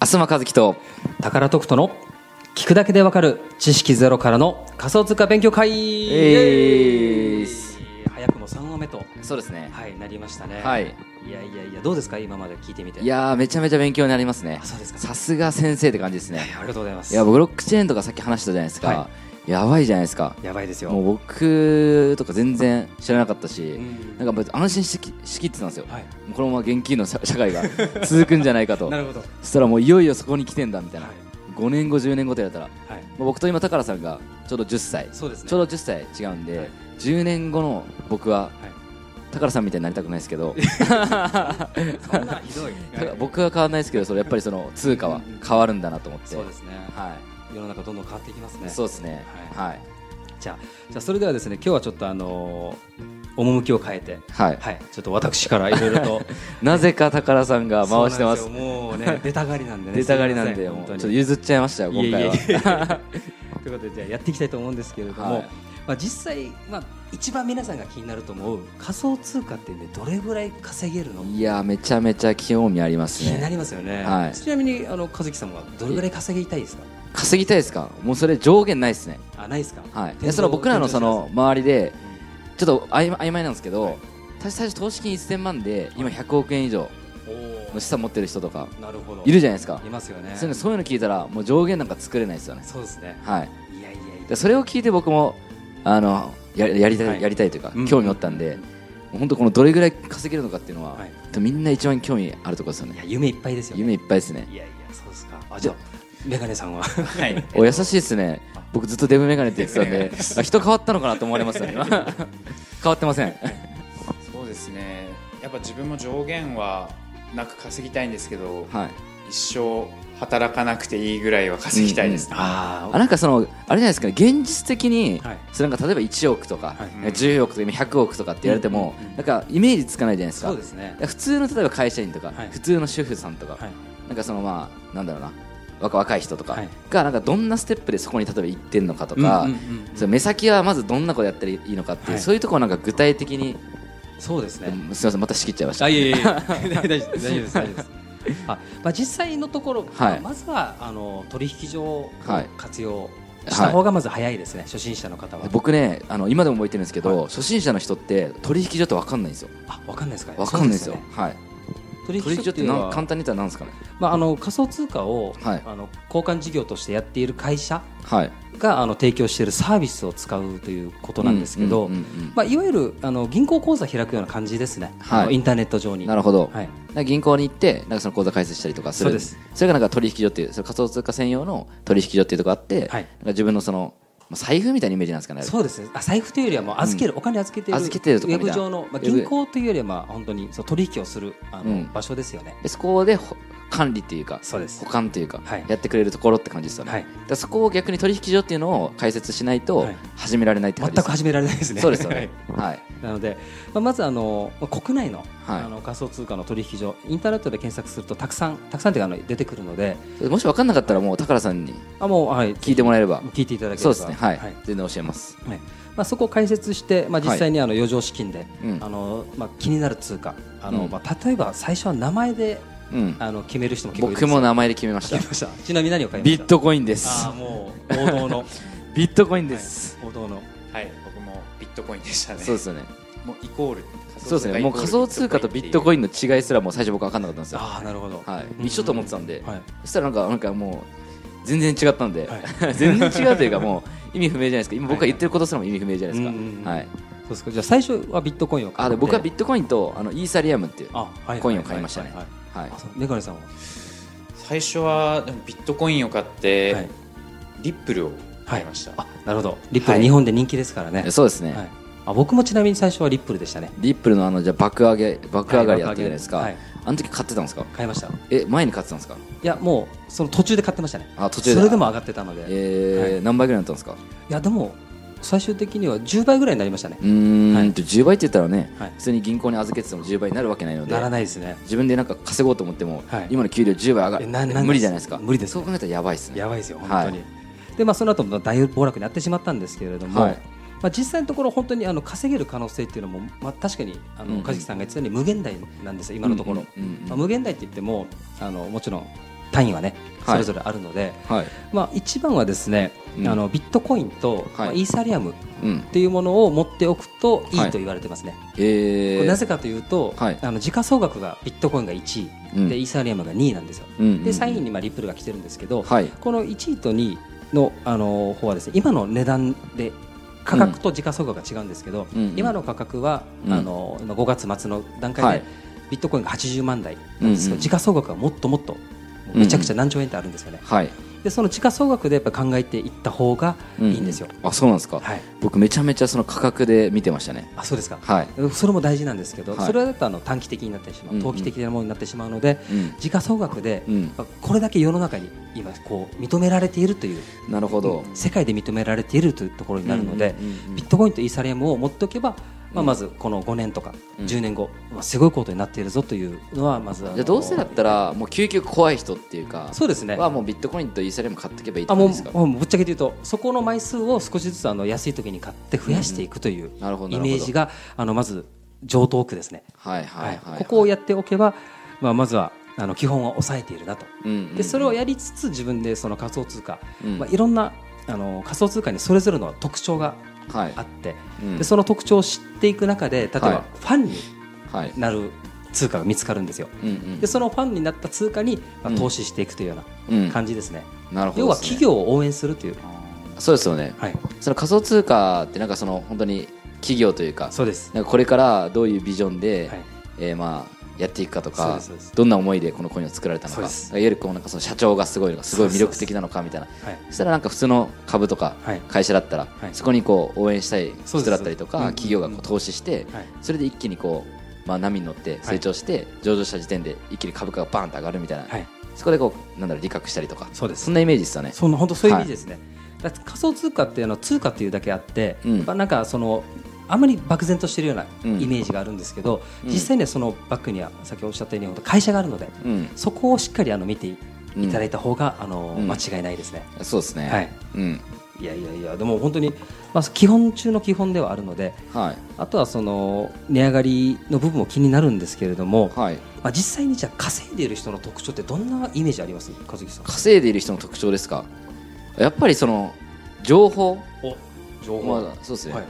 須磨和樹と宝徳との聞くだけでわかる知識ゼロからの仮想通貨勉強会、えい早くも3話目と、そうですねはい、なりましたね、はい、いやいやいやどうですか今まで聞いてみていやーめちゃめちゃ勉強になりますねあそうですかさすが先生って感じですはいねありがとうございますいやブロックチェーンとかさっき話したじゃないですか、はやばいじゃないですかやばいですよもう僕とか全然知らなかったし、んなんか別に安心しきしきってたんですよ、はいもうこのまま現金の社社会が 続くんじゃないかとなるほど、はそしたらもういよいよそこに来てんだみたいな、はい5年後10年後とやったらもい、う僕と今宝さんがちょうど10歳そうですねちょうど10歳違うんで、はい10年後の僕ははい宝さんみたいになりたくないですけどそんなひ どい僕は変わらないですけどそれやっぱりその通貨は変わるんだなと思ってそうですね、は世の中どんどん変わっていきますい、ねそうですねはいはいじゃあじゃあそれではですね今日はちょっとあのー趣を変えてはいはいちょっと私からいろいろとなぜか宝さんが回してまそすうなんでよも うね出たがりなんでね出たがりなんすいでませもうちょっ本当とに譲っちゃいましたよ今回はい えいえいえということでじゃあやっていきたいと思うんですけれども、はいまあ、実際、まあ、一番皆さんが気になると思う仮想通貨って、ね、どれぐらい稼げるのいやめちゃめちゃ興味あります気になねりますよね、はいちなみにあの和樹さんはどれぐらい稼ぎたいですか稼ぎたいですかもうそれ上限ないですねあないですか、はい天で井その僕らのその周りで天井知らずちょっと曖昧曖昧なんですけど、私最初投資金1000万で今100億円以上うんおの資産持ってる人とかーなるほどいるじゃないですかいますよねそういうのそういうの聞いたらもう上限なんか作れないですよねそうですねはいいやいやいやでそれを聞いて僕もあのややりたい、はいやりたいというか、うん興味持ったんで本当このどれぐらい稼げるのかっていうのは、はいみんな一番興味あるところですよいねや夢いっぱいですよね夢いっぱいですねいやいやそうですかあじゃあメガネさんははいお優しいですね僕ずっとデブメガネって言ってたんであ人変わったのかなと思われます よね今変わってませんそうですねやっぱ自分も上限はなく稼ぎたいんですけど、はい一生働かなくていいぐらいは稼ぎたいですね、 ああなんかそのあれじゃないですかね現実的に、はいそれなんか例えば1億とか、はいなんか10億とか今100億とかって言われても、うんうんうんなんかイメージつかないじゃないですかそうですだねから普通の例えば会社員とか、はい普通の主婦さんとか、はいなんかそのまあなんだろうな若若い人とかはいがなんかどんなステップでそこに例えば行ってんのかとか、うんうんうんうんその目先はまずどんなことやったらいいのかっていう、はいそういうところをなんか具体的に、そうですね、うんすみませんまた仕切っちゃいましたあいえいえいえ 大丈 夫です大丈夫です大丈夫ですあまあ、実際のところ、はいまあまずはあの取引所をはい活用した方がまず早いですね、初心者の方は。僕ねあの今でも覚えてるんですけど、初心者の人って取引所ってわかんないんですよあ分かんないですかね、わかんないんですよそうはいね取取引所引所っっててななんん簡単に言ったらなんですかねまあ、あの仮想通貨を、はいあの交換事業としてやっている会社はいがあの提供しているサービスを使うということなんですけど、うんうんうんうんまあ、いわゆるあの銀行口座開くような感じですね、はいあのインターネット上に。なるほど、はいなんか銀行に行ってなんかその口座開設したりとかするそうですそれがなんか取引所っていうそれ仮想通貨専用の取引所っていうとこあって、なんはいか自分のそのまあ財布みたいなイメージなんですかねあれそうですねあ財布というよりはもう預ける、お金預けてる預けてるとこみウたェいブな上の、まあ、ウェブ銀行というよりはまあ本当にそう取引をするあの、うん場所ですよねでそこでほ管理っていうかそうです保管というか、はいやってくれるところって感じですよね、はいだからそこを逆に取引所っていうのを開設しないとはい始められないって全感じですよね、く始められないですねそうですよねはいなので、まあ、まずあのまあ国内の,、はいあの仮想通貨の取引所インターネットで検索するとたくさんたくさんというかあの出てくるのでもし分かんなかったらもう宝さんにあもう、はい、聞いてもらえれば聞いていただければそうですねはい、はい全然教えますはいまあ、そこを開設して、まあ、実際にあの余剰資金で、うんあのまあ、気になる通貨あの、うんまあ、例えば最初は名前でうんあの決める人も結構いるん僕もで名前で決めましすよた決めましたちなみに何を買いまビしたットコインですああもう王 道のビットコインです、王道のはい僕もビットコインでしたねそうですよねもうイコールそうですねもう仮想通貨とビットコイインンの違いすらもう最初僕分かんなかったんですよああなるほどはい一緒と思ってたんで、はいそしたらなんかなんかもう全然違ったんで、は 全然違うというかもう意味不明じゃないですか今僕が言ってることすらも意味不明じゃないですうんうんうんか、はい、そうですかじゃあ最初はビットコインを買っあてで僕はビットコインとあのイーサリアムっていうあはいコインを買いましたねはいはいはいあそうメガネさんは最初はでもビットコインを買って、リップルを買いました、あなるほどリップはルい日本で人気ですからねえそうですね、はいあ僕もちなみに最初はリップルでしたねリップルのあのじゃあ爆上げ爆上がりやったじゃないですか、はい爆上あの時買ってたんですか買いましたいえ前に買ってたんですかやもうその途中で買ってましたねあ途中でそれでも上がってたのでいえー何倍ぐらいになったんですかやでも最終的には10倍ぐらいになりましたねうーん、はいと10倍って言ったらね、はい普通に銀行に預けてても10倍になるわけないのでならないですね自分でなんか稼ごうと思っても、はい今の給料10倍上がえななんるです無理じゃないですか無理ですそう考えたらやばいですねやばいですよ、本当に。はで、まあ、その後も大暴落になってしまったんですけれども、はいまあ、実際のところ、本当にあの稼げる可能性っていうのも、まあ、確かにあうんのうん梶木さんが言ってたように、無限大なんですよ、今のところ。うんうんうんうんまあ、無限大って言ってもあの、もちろん単位はねはいそれぞれあるので、はいまあ、一番はですね、うんあのビットコインと、いまあイーサリアムっうんていうものを持っておくといはいいと言われてますね、えこーれなぜかというと、はいあの時価総額がビットコインが1位、うんでイーサリアムが2位なんですよ、うんうんで3位にまあリップルが来てるんですけど、はいこの1位と2位の、あの方はですね今の値段で価格と時価総額が違うんですけど、うんうん今の価格は、うんあの5月末の段は階いでビットコインが80万台なんですけうんど、うん時価総額はもっともっとめちゃくちゃ何兆円ってあるんですよね、はいでその時価総額でやっぱ考えていった方がいいんですよ、うあそうなんですか、はい、僕めちゃめちゃその価格で見てましたねあそうですかはい、それも大事なんですけど、はいそれだとあの短期的になってしまうんううん投機的なものになってしまうので、う時価総額で、んこれだけ世の中に今こう認められているといううん、なるほど、世界で認められているというところになるので、うんうんうんうんビットコインとイーサリアムを持っておけば、まうあ、んまずこの5年とかうん10年後、まあ、すごいことになっているぞというのはまずあのじゃあどうせだったらもう究極怖い人っていうかそうですねはもうビットコインとイーサリアム買っていけばいいってあこもとうですかもうぶっちゃけて言うとそこの枚数を少しずつあの安い時に買って増やしていくというイメなるほどなるほどージがあのまず上等区ですね、はいははいいはいここをやっておけば、まあ、まずはあの基本は抑えているなとうんうんうんでそれをやりつつ自分でその仮想通貨、うんまあ、いろんなあの仮想通貨にそれぞれの特徴がはいあって、うんでその特徴を知っていく中で例えはいばファンにはいなる通貨が見つかるんですよ。うんうんでそのファンになった通貨に、まうんあ、投資していくというよううんな感じですね。なるほど要はですね企業を応援するという、そうですよねはい、その仮想通貨ってなんかその本当に企業というかそうです。なんかこれからどういうビジョンで、はいえーまあやっていくかとそうかですそうですどんな思いでこのコインを作られたのかそういわですゆるこうなんかその社長がすごいのかすごい魅力的なのかみたいなはいそしたらなんか普通の株とかはい会社だったら、はいそこにこう応援したいそう人ですだったりとか、そうです企業がうんこうんう投資して、はいそれで一気にこう、まあ、波に乗って成長して、上場した時点で一気に株価がバーンと上がるみたいな、はい、そこでこうなんだろう利確したりとかそうですんなイメージですよね。そんな本当そういう意味ですね。だから仮想通貨っていうのは通貨っていうだけあって、うんやっぱなんかそのあまり漠然としてるようなうんイメージがあるんですけど、うん実際にはそのバックには先ほどおっしゃったように本当会社があるので、うん、そこをしっかりあの見ていうんいただいた方が、あのうん間違いないですね。そうですね、はいうんいやいやいやでも本当にまあ基本中の基本ではあるので。はいあとはその値上がりの部分も気になるんですけれども、はい、まあ、実際にじゃあ稼いでいる人の特徴ってどんなイメージあります和樹さん稼いでいる人の特徴ですかやっぱりその情報、お情まあ、そうですね、はい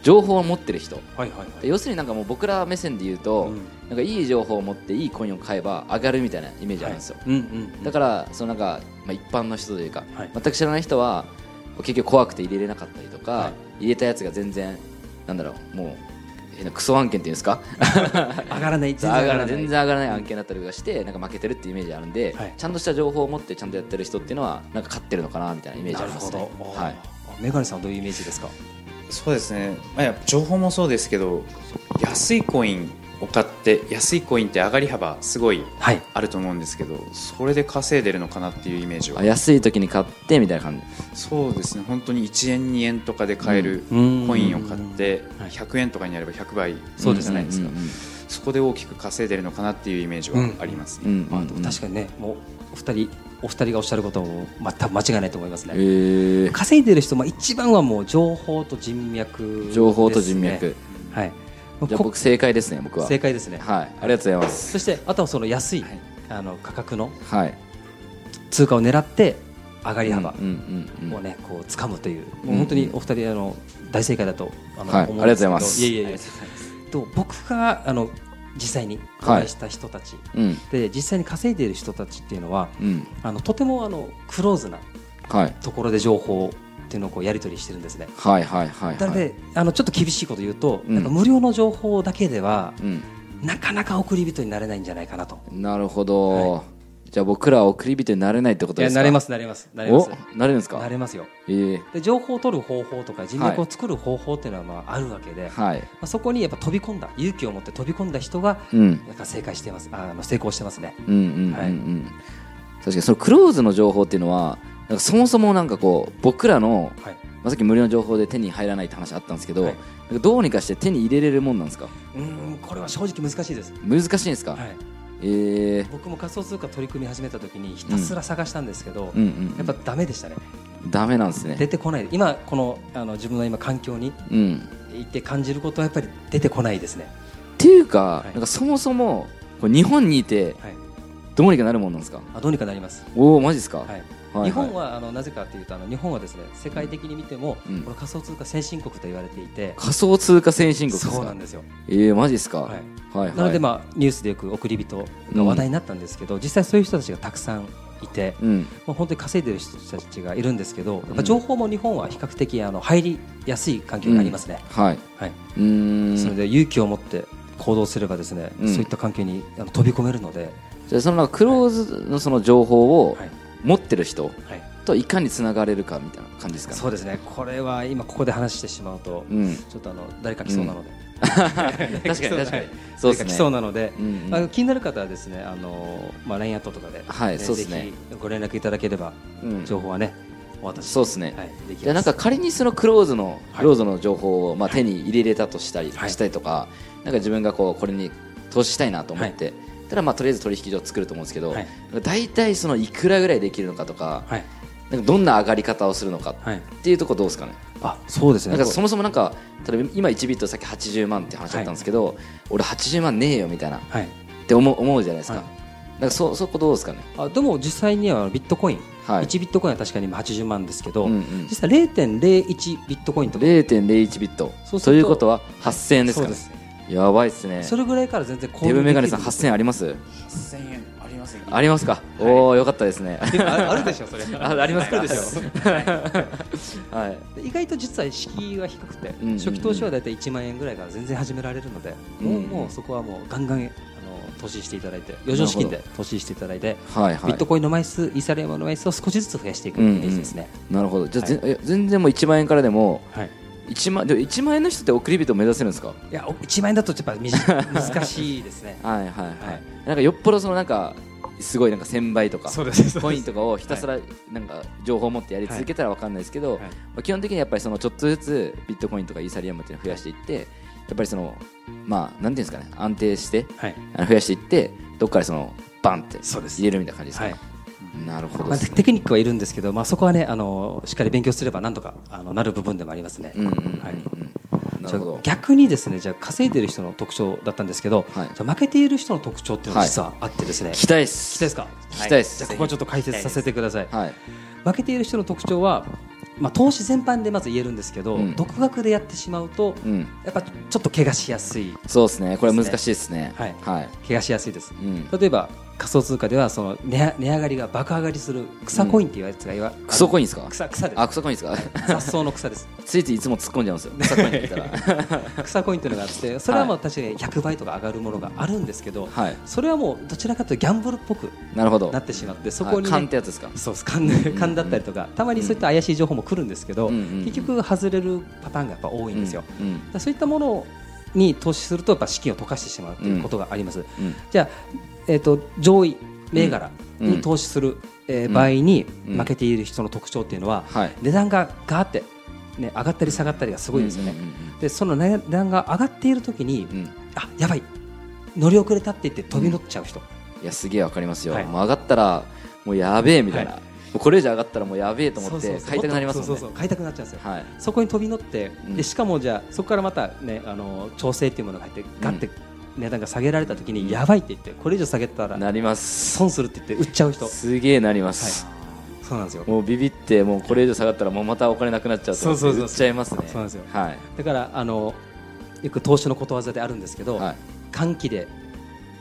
情報を持ってる人はいはいはい要するになんかもう僕ら目線で言うと、うんなんかいい情報を持っていいコインを買えば上がるみたいなイメージあるんですよ、うんうんだからそのなんか、まあ、一般の人というか、はい全く知らない人は結局怖くて入れれなかったりとか、はい入れたやつが全然なんだろうもう変なクソ案件っていうんです か上がらない上がらない全然上がらない案件だったりとかしてなんか負けてるってイメージあるんで、はいちゃんとした情報を持ってちゃんとやってる人っていうのはなんか勝ってるのかなみたいなイメージなあるりまほすどね、はい、い、メガネさんはどういうイメージですかそうですね、まあ、やっぱ情報もそうですけど安いコインを買って安いコインって上がり幅すごいはいあると思うんですけどそれで稼いでるのかなっていうイメージはあ安い時に買ってみたいな感じそうですね本当に1円2円とかで買えるコうんインを買ってうんはい100円とかになれば100倍そうですじゃないですかうんうんうんそこで大きく稼いでるのかなっていうイメージはありますうね、んうんうん確かにねもうお二人お二人がおっしゃることもまあ多分間違いないと思いますね、えー稼いでる人も一番はもう情報と人脈、情報と人脈、はいじゃあ僕正解ですね僕は正解ですね、はい、ありがとうございます。そしてあとはその安い、はいあの価格のはい。通貨を狙って上がり幅うんうんうん。をねこう掴むという、んもう本当にお二人あの大正解だとあの、はいあ思んですけどりがとうございますいやいやいやと僕があの実際におはい会いした人たち、うんで実際に稼いでいる人たちっていうのはうん。あのとてもあのクローズなはい。ところで情報っていうのをこうやり取りしてるんですね。はいはいはいなのはい。であのちょっと厳しいこと言うと、うんなんか無料の情報だけではうん。なかなか送り人になれないんじゃないかなと。なるほど。じゃあ僕らは送り人になれないってことでいやすか。。なれますすなれますなれまおす、なれるんですか。なれますよ。ええ。で情報を取る方法とか人脈を作る方法っていうのはまああるわけで、まはい。あ、そこにやっぱ飛び込んだ勇気を持って飛び込んだ人がうんなんか正解してますああの成功してますねうんうんうんうはいん。確かにそのクローズの情報っていうのは。なんかそもそもなんかこう僕らの、はいまあ、さっき無料の情報で手に入らないって話あったんですけど、はいなんかどうにかして手に入れれるもんなんですかうーんこれは正直難しいです、難しいんですか、はい、ええ僕も仮想通貨取り組み始めた時にひたすら探したんですけど、うんうんうやんっぱダメでしたねダメなんですね出てこない今このあの自分の今環境にうん行って感じることはやっぱり出てこないですねっていうか,、いなんかそもそもこう日本にいてはいどうにかなるもんなんですかあどうにかなります。おおマジですか、はい。はい日本はあのなぜかというとあの日本はですね世界的に見ても、うんこの仮想通貨先進国と言われていて、仮想通貨先進国ですかそうなんですよ。えー、マジですか、ははいい、はいなのでまあニュースでよく送り人が話題になったんですけど、実際そういう人たちがたくさんいて、うんまあ本当に稼いでる人たちがいるんですけど、やっうんぱ情報も日本は比較的あの入りやすい環境にありますね。はいはい。うーんそれで勇気を持って行動すればですね、うんそういった環境にあの飛び込めるので、じゃあそのなんかクローズのその情報をはい持ってる人はい。といかにつながれるかみたいな感じですかねそうですね。これは今ここで話してしまうと、うん、ちょっとあの誰か来そうなので、 確かに確かにそうで誰すかね来そうなので。うんうんまあ、気になる方はですね、あのまあ、ラインアットとかで、はいそうですねぜひご連絡いただければ、うん情報はね、お渡しそうですね、はい、できますじゃあなんか仮にそのクローズの、いクローズの情報をまあ手に入れれたとしたり、はいしたりとか、なんか自分がこうこれに投資したいなと思って、ただまあとりあえず取引所を作ると思うんですけど、はい大体そのいくらぐらいできるのかとか、はいなんかどんな上がり方をするのかはい、っていうところどうですかね。あそうですなねんかそもそもなんか例えば今1ビットさっき80万って話だったんですけど、俺80万ねえよみたいなっはい、て思う思うじゃないですか。はなんかそそこどうですかね。あでも実際にはビットコイン、はい。 1ビットコインは確かに今80万ですけど、うんうん実際0.01ビットコインとか0.01ビットそうすとるということは8000円ですそかうねですやばいですねそれぐらいから全然購デブメガネできさんる8000円あります1000円ありますねありますか、おおよかったです ねああるでしょそれ あありますかあるでしょはい意外と実は敷居は低くて、んうんうん初期投資は大体1万円ぐらいから全然始められるので、もううんもうそこはもうガンガンあの投資していただいて余剰資金で投資していただいて、はいはいビットコインの枚数イーサリアムの枚数を少しずつ増やしていくうイんうメんージですね、なるほどじゃあ、ぜえ全然もう1万円からでもはい、 1万でも1万円の人って送り人目指せるんですかいやお1万円だとやっぱ みじ難しいですねはいはいはい、はいなんかよっぽどそのなんかすごいなんか1000倍とかうですコインとかをひたすらなんか情報を持ってやり続けたらわかんないですけど、はいはいまあ、基本的にやっぱりそのちょっとずつビットコインとかイーサリアムっていうのを増やしていってやっぱりそのまあなんていうんですかね安定してはいあの増やしていってどっからそのバンってそうです入れるみたいな感じですか、はいなるほどまであ、すテね、テクニックはいるんですけど、まあ、そこはねあのしっかり勉強すればなんとかあのなる部分でもありますね、うんうんうんうんはいなるほどじゃあ逆にですねじゃあ稼いでる人の特徴だったんですけど、はいじゃあ負けている人の特徴っていうのが実はあってですね、聞聞ききたいっすたいですか聞きたいですじゃあここはちょっと解説させてください、はい負けている人の特徴は、まあ、投資全般でまず言えるんですけど、うん独学でやってしまうと、うんやっぱちょっと怪我しやすいそうですねこれは難しいですねはいはい怪我しやすいでうすん例えば仮想通貨ではその値値上がりが爆上がりする草コインっていうやつがいわ、クソコインインですか草草ですあクソコインですか雑草の草ですついついいつも突っ込んじゃうんですよクソコインって言ったら草コインというのがあってそれはもう確かに100倍とか上がるものがあるんですけど、はいそれはもうどちらかというとギャンブルっぽくなるほど なってしまってそこに、ねあ勘ってやつですかそうです勘勘だったりとか、たまにそういった怪しい情報も来るんですけど、うんうんうん結局外れるパターンがやっぱ多いんですよ、うんうんだからそういったものに投資するとやっぱ資金を溶かしてしまうということがあります、うんじゃあ、えー、と上位銘柄に投資する、えー場合にうん負けている人の特徴っていうのは、はい値段がガーって、ね、上がったり下がったりがすごいんですよね、うんうんでその値段が上がっている時に、うんうんあやばい乗り遅れたって言って飛び乗っちゃう人、いやすげえわかりますよ、はいもう上がったらもうやべえみたいな、はもうこれ以上上がったらもうやべえとそ思うっそうてそう買いたくなりますもんねそうそうそう買いたくなっちゃうんですよ、はいそこに飛び乗って、うんでしかもじゃあそこからまたねあの調整っていうものが入ってガッて値段が下げられた時に、うんやばいって言ってこれ以上下げたらなります損するって言って売っちゃう人はいすげえなります、そうなんですよもうビビってもうこれ以上下がったらもうまたお金なくなっちゃうと思ってそうそうそう売っちゃいますねそうなんですよはいだからあのよく投資のことわざであるんですけど、はい歓喜で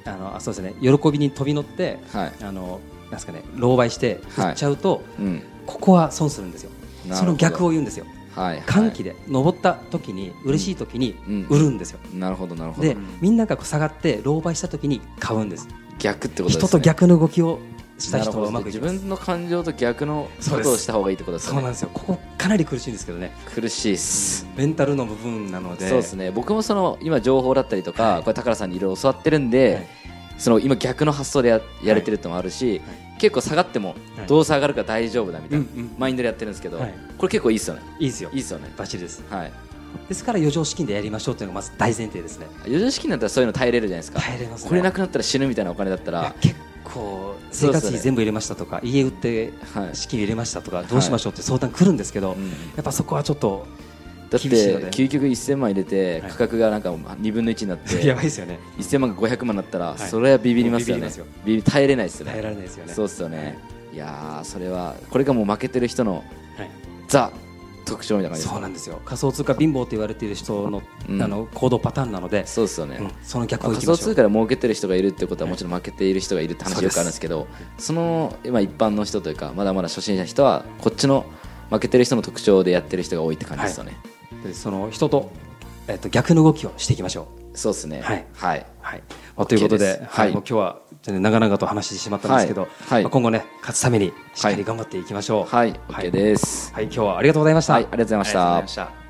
あのあそうですね喜びに飛び乗ってはいあのなんですかね狼狽してはい売っちゃうと、うんここは損するんですよなるほどその逆を言うんですよはい歓喜でで登った時に嬉しい時にうん売るんですよ、なるほどなるほどでみんながこう下がって狼狽した時に買うんです逆ってことですね人と逆の動きをしたなる人ほはどうまくいき自ます分の感情と逆のそうこでとをすした方がいいってことですそうなんねですよここかなり苦しいんですけどね苦しいっすメンタルの部分なのでそうですね僕もその今情報だったりとか、これ宝さんにいろいろ教わってるんで、はいその今逆の発想でややれてるってのもあるし、結構下がってもはいどうせ上がるから大丈夫だみたいな、うんうんマインドでやってるんですけど、はいこれ結構いいっすよねいいですよいいっすよねバッチリですはいですから余剰資金でやりましょうというのがまず大前提ですね余剰資金だったらそういうの耐えれるじゃないですか耐えれますねこれなくなったら死ぬみたいなお金だったいらや結構そうっすね生活費全部入れましたとか家売ってはい資金入れましたとかどうしましょうって相談来るんですけどうんやっぱそこはちょっとだっ厳しいのてで究極1000万入れてはい価格がなんか2分の1になっ やてばいですよね1000万が500万になったらいそれはビビりますよビビりねますよビビ耐えれないですよ耐えねられないですよねそうっすよねいやーそれはこれがもう負けてる人のはいザ特徴みたいな感じですそうなんですよ仮想通貨貧乏と言われている人の,、うんあの行動パターンなので、そうっすよねうんその逆まあをい仮きま想しょ通う貨で儲けてる人がいるってことははいもちろん負けている人がいるってそ話ようでくすあるんですけどその今一般の人というかまだまだ初心者の人はこっちの負けてる人の特徴でやってる人が多いって感じですよね、でその人と,、えっと逆の動きをしていきましょうそうですねはいはい、はい、まあということで OK ですははいい、もう今日はちょっと長々と話してしまったんですけど、はいはいまあ今後ね勝つためにしっかはいり頑張っていきましょうはい、はい OK ですはい今日はありがとうございました、はい、ありがとうございまありがとうごしざいたました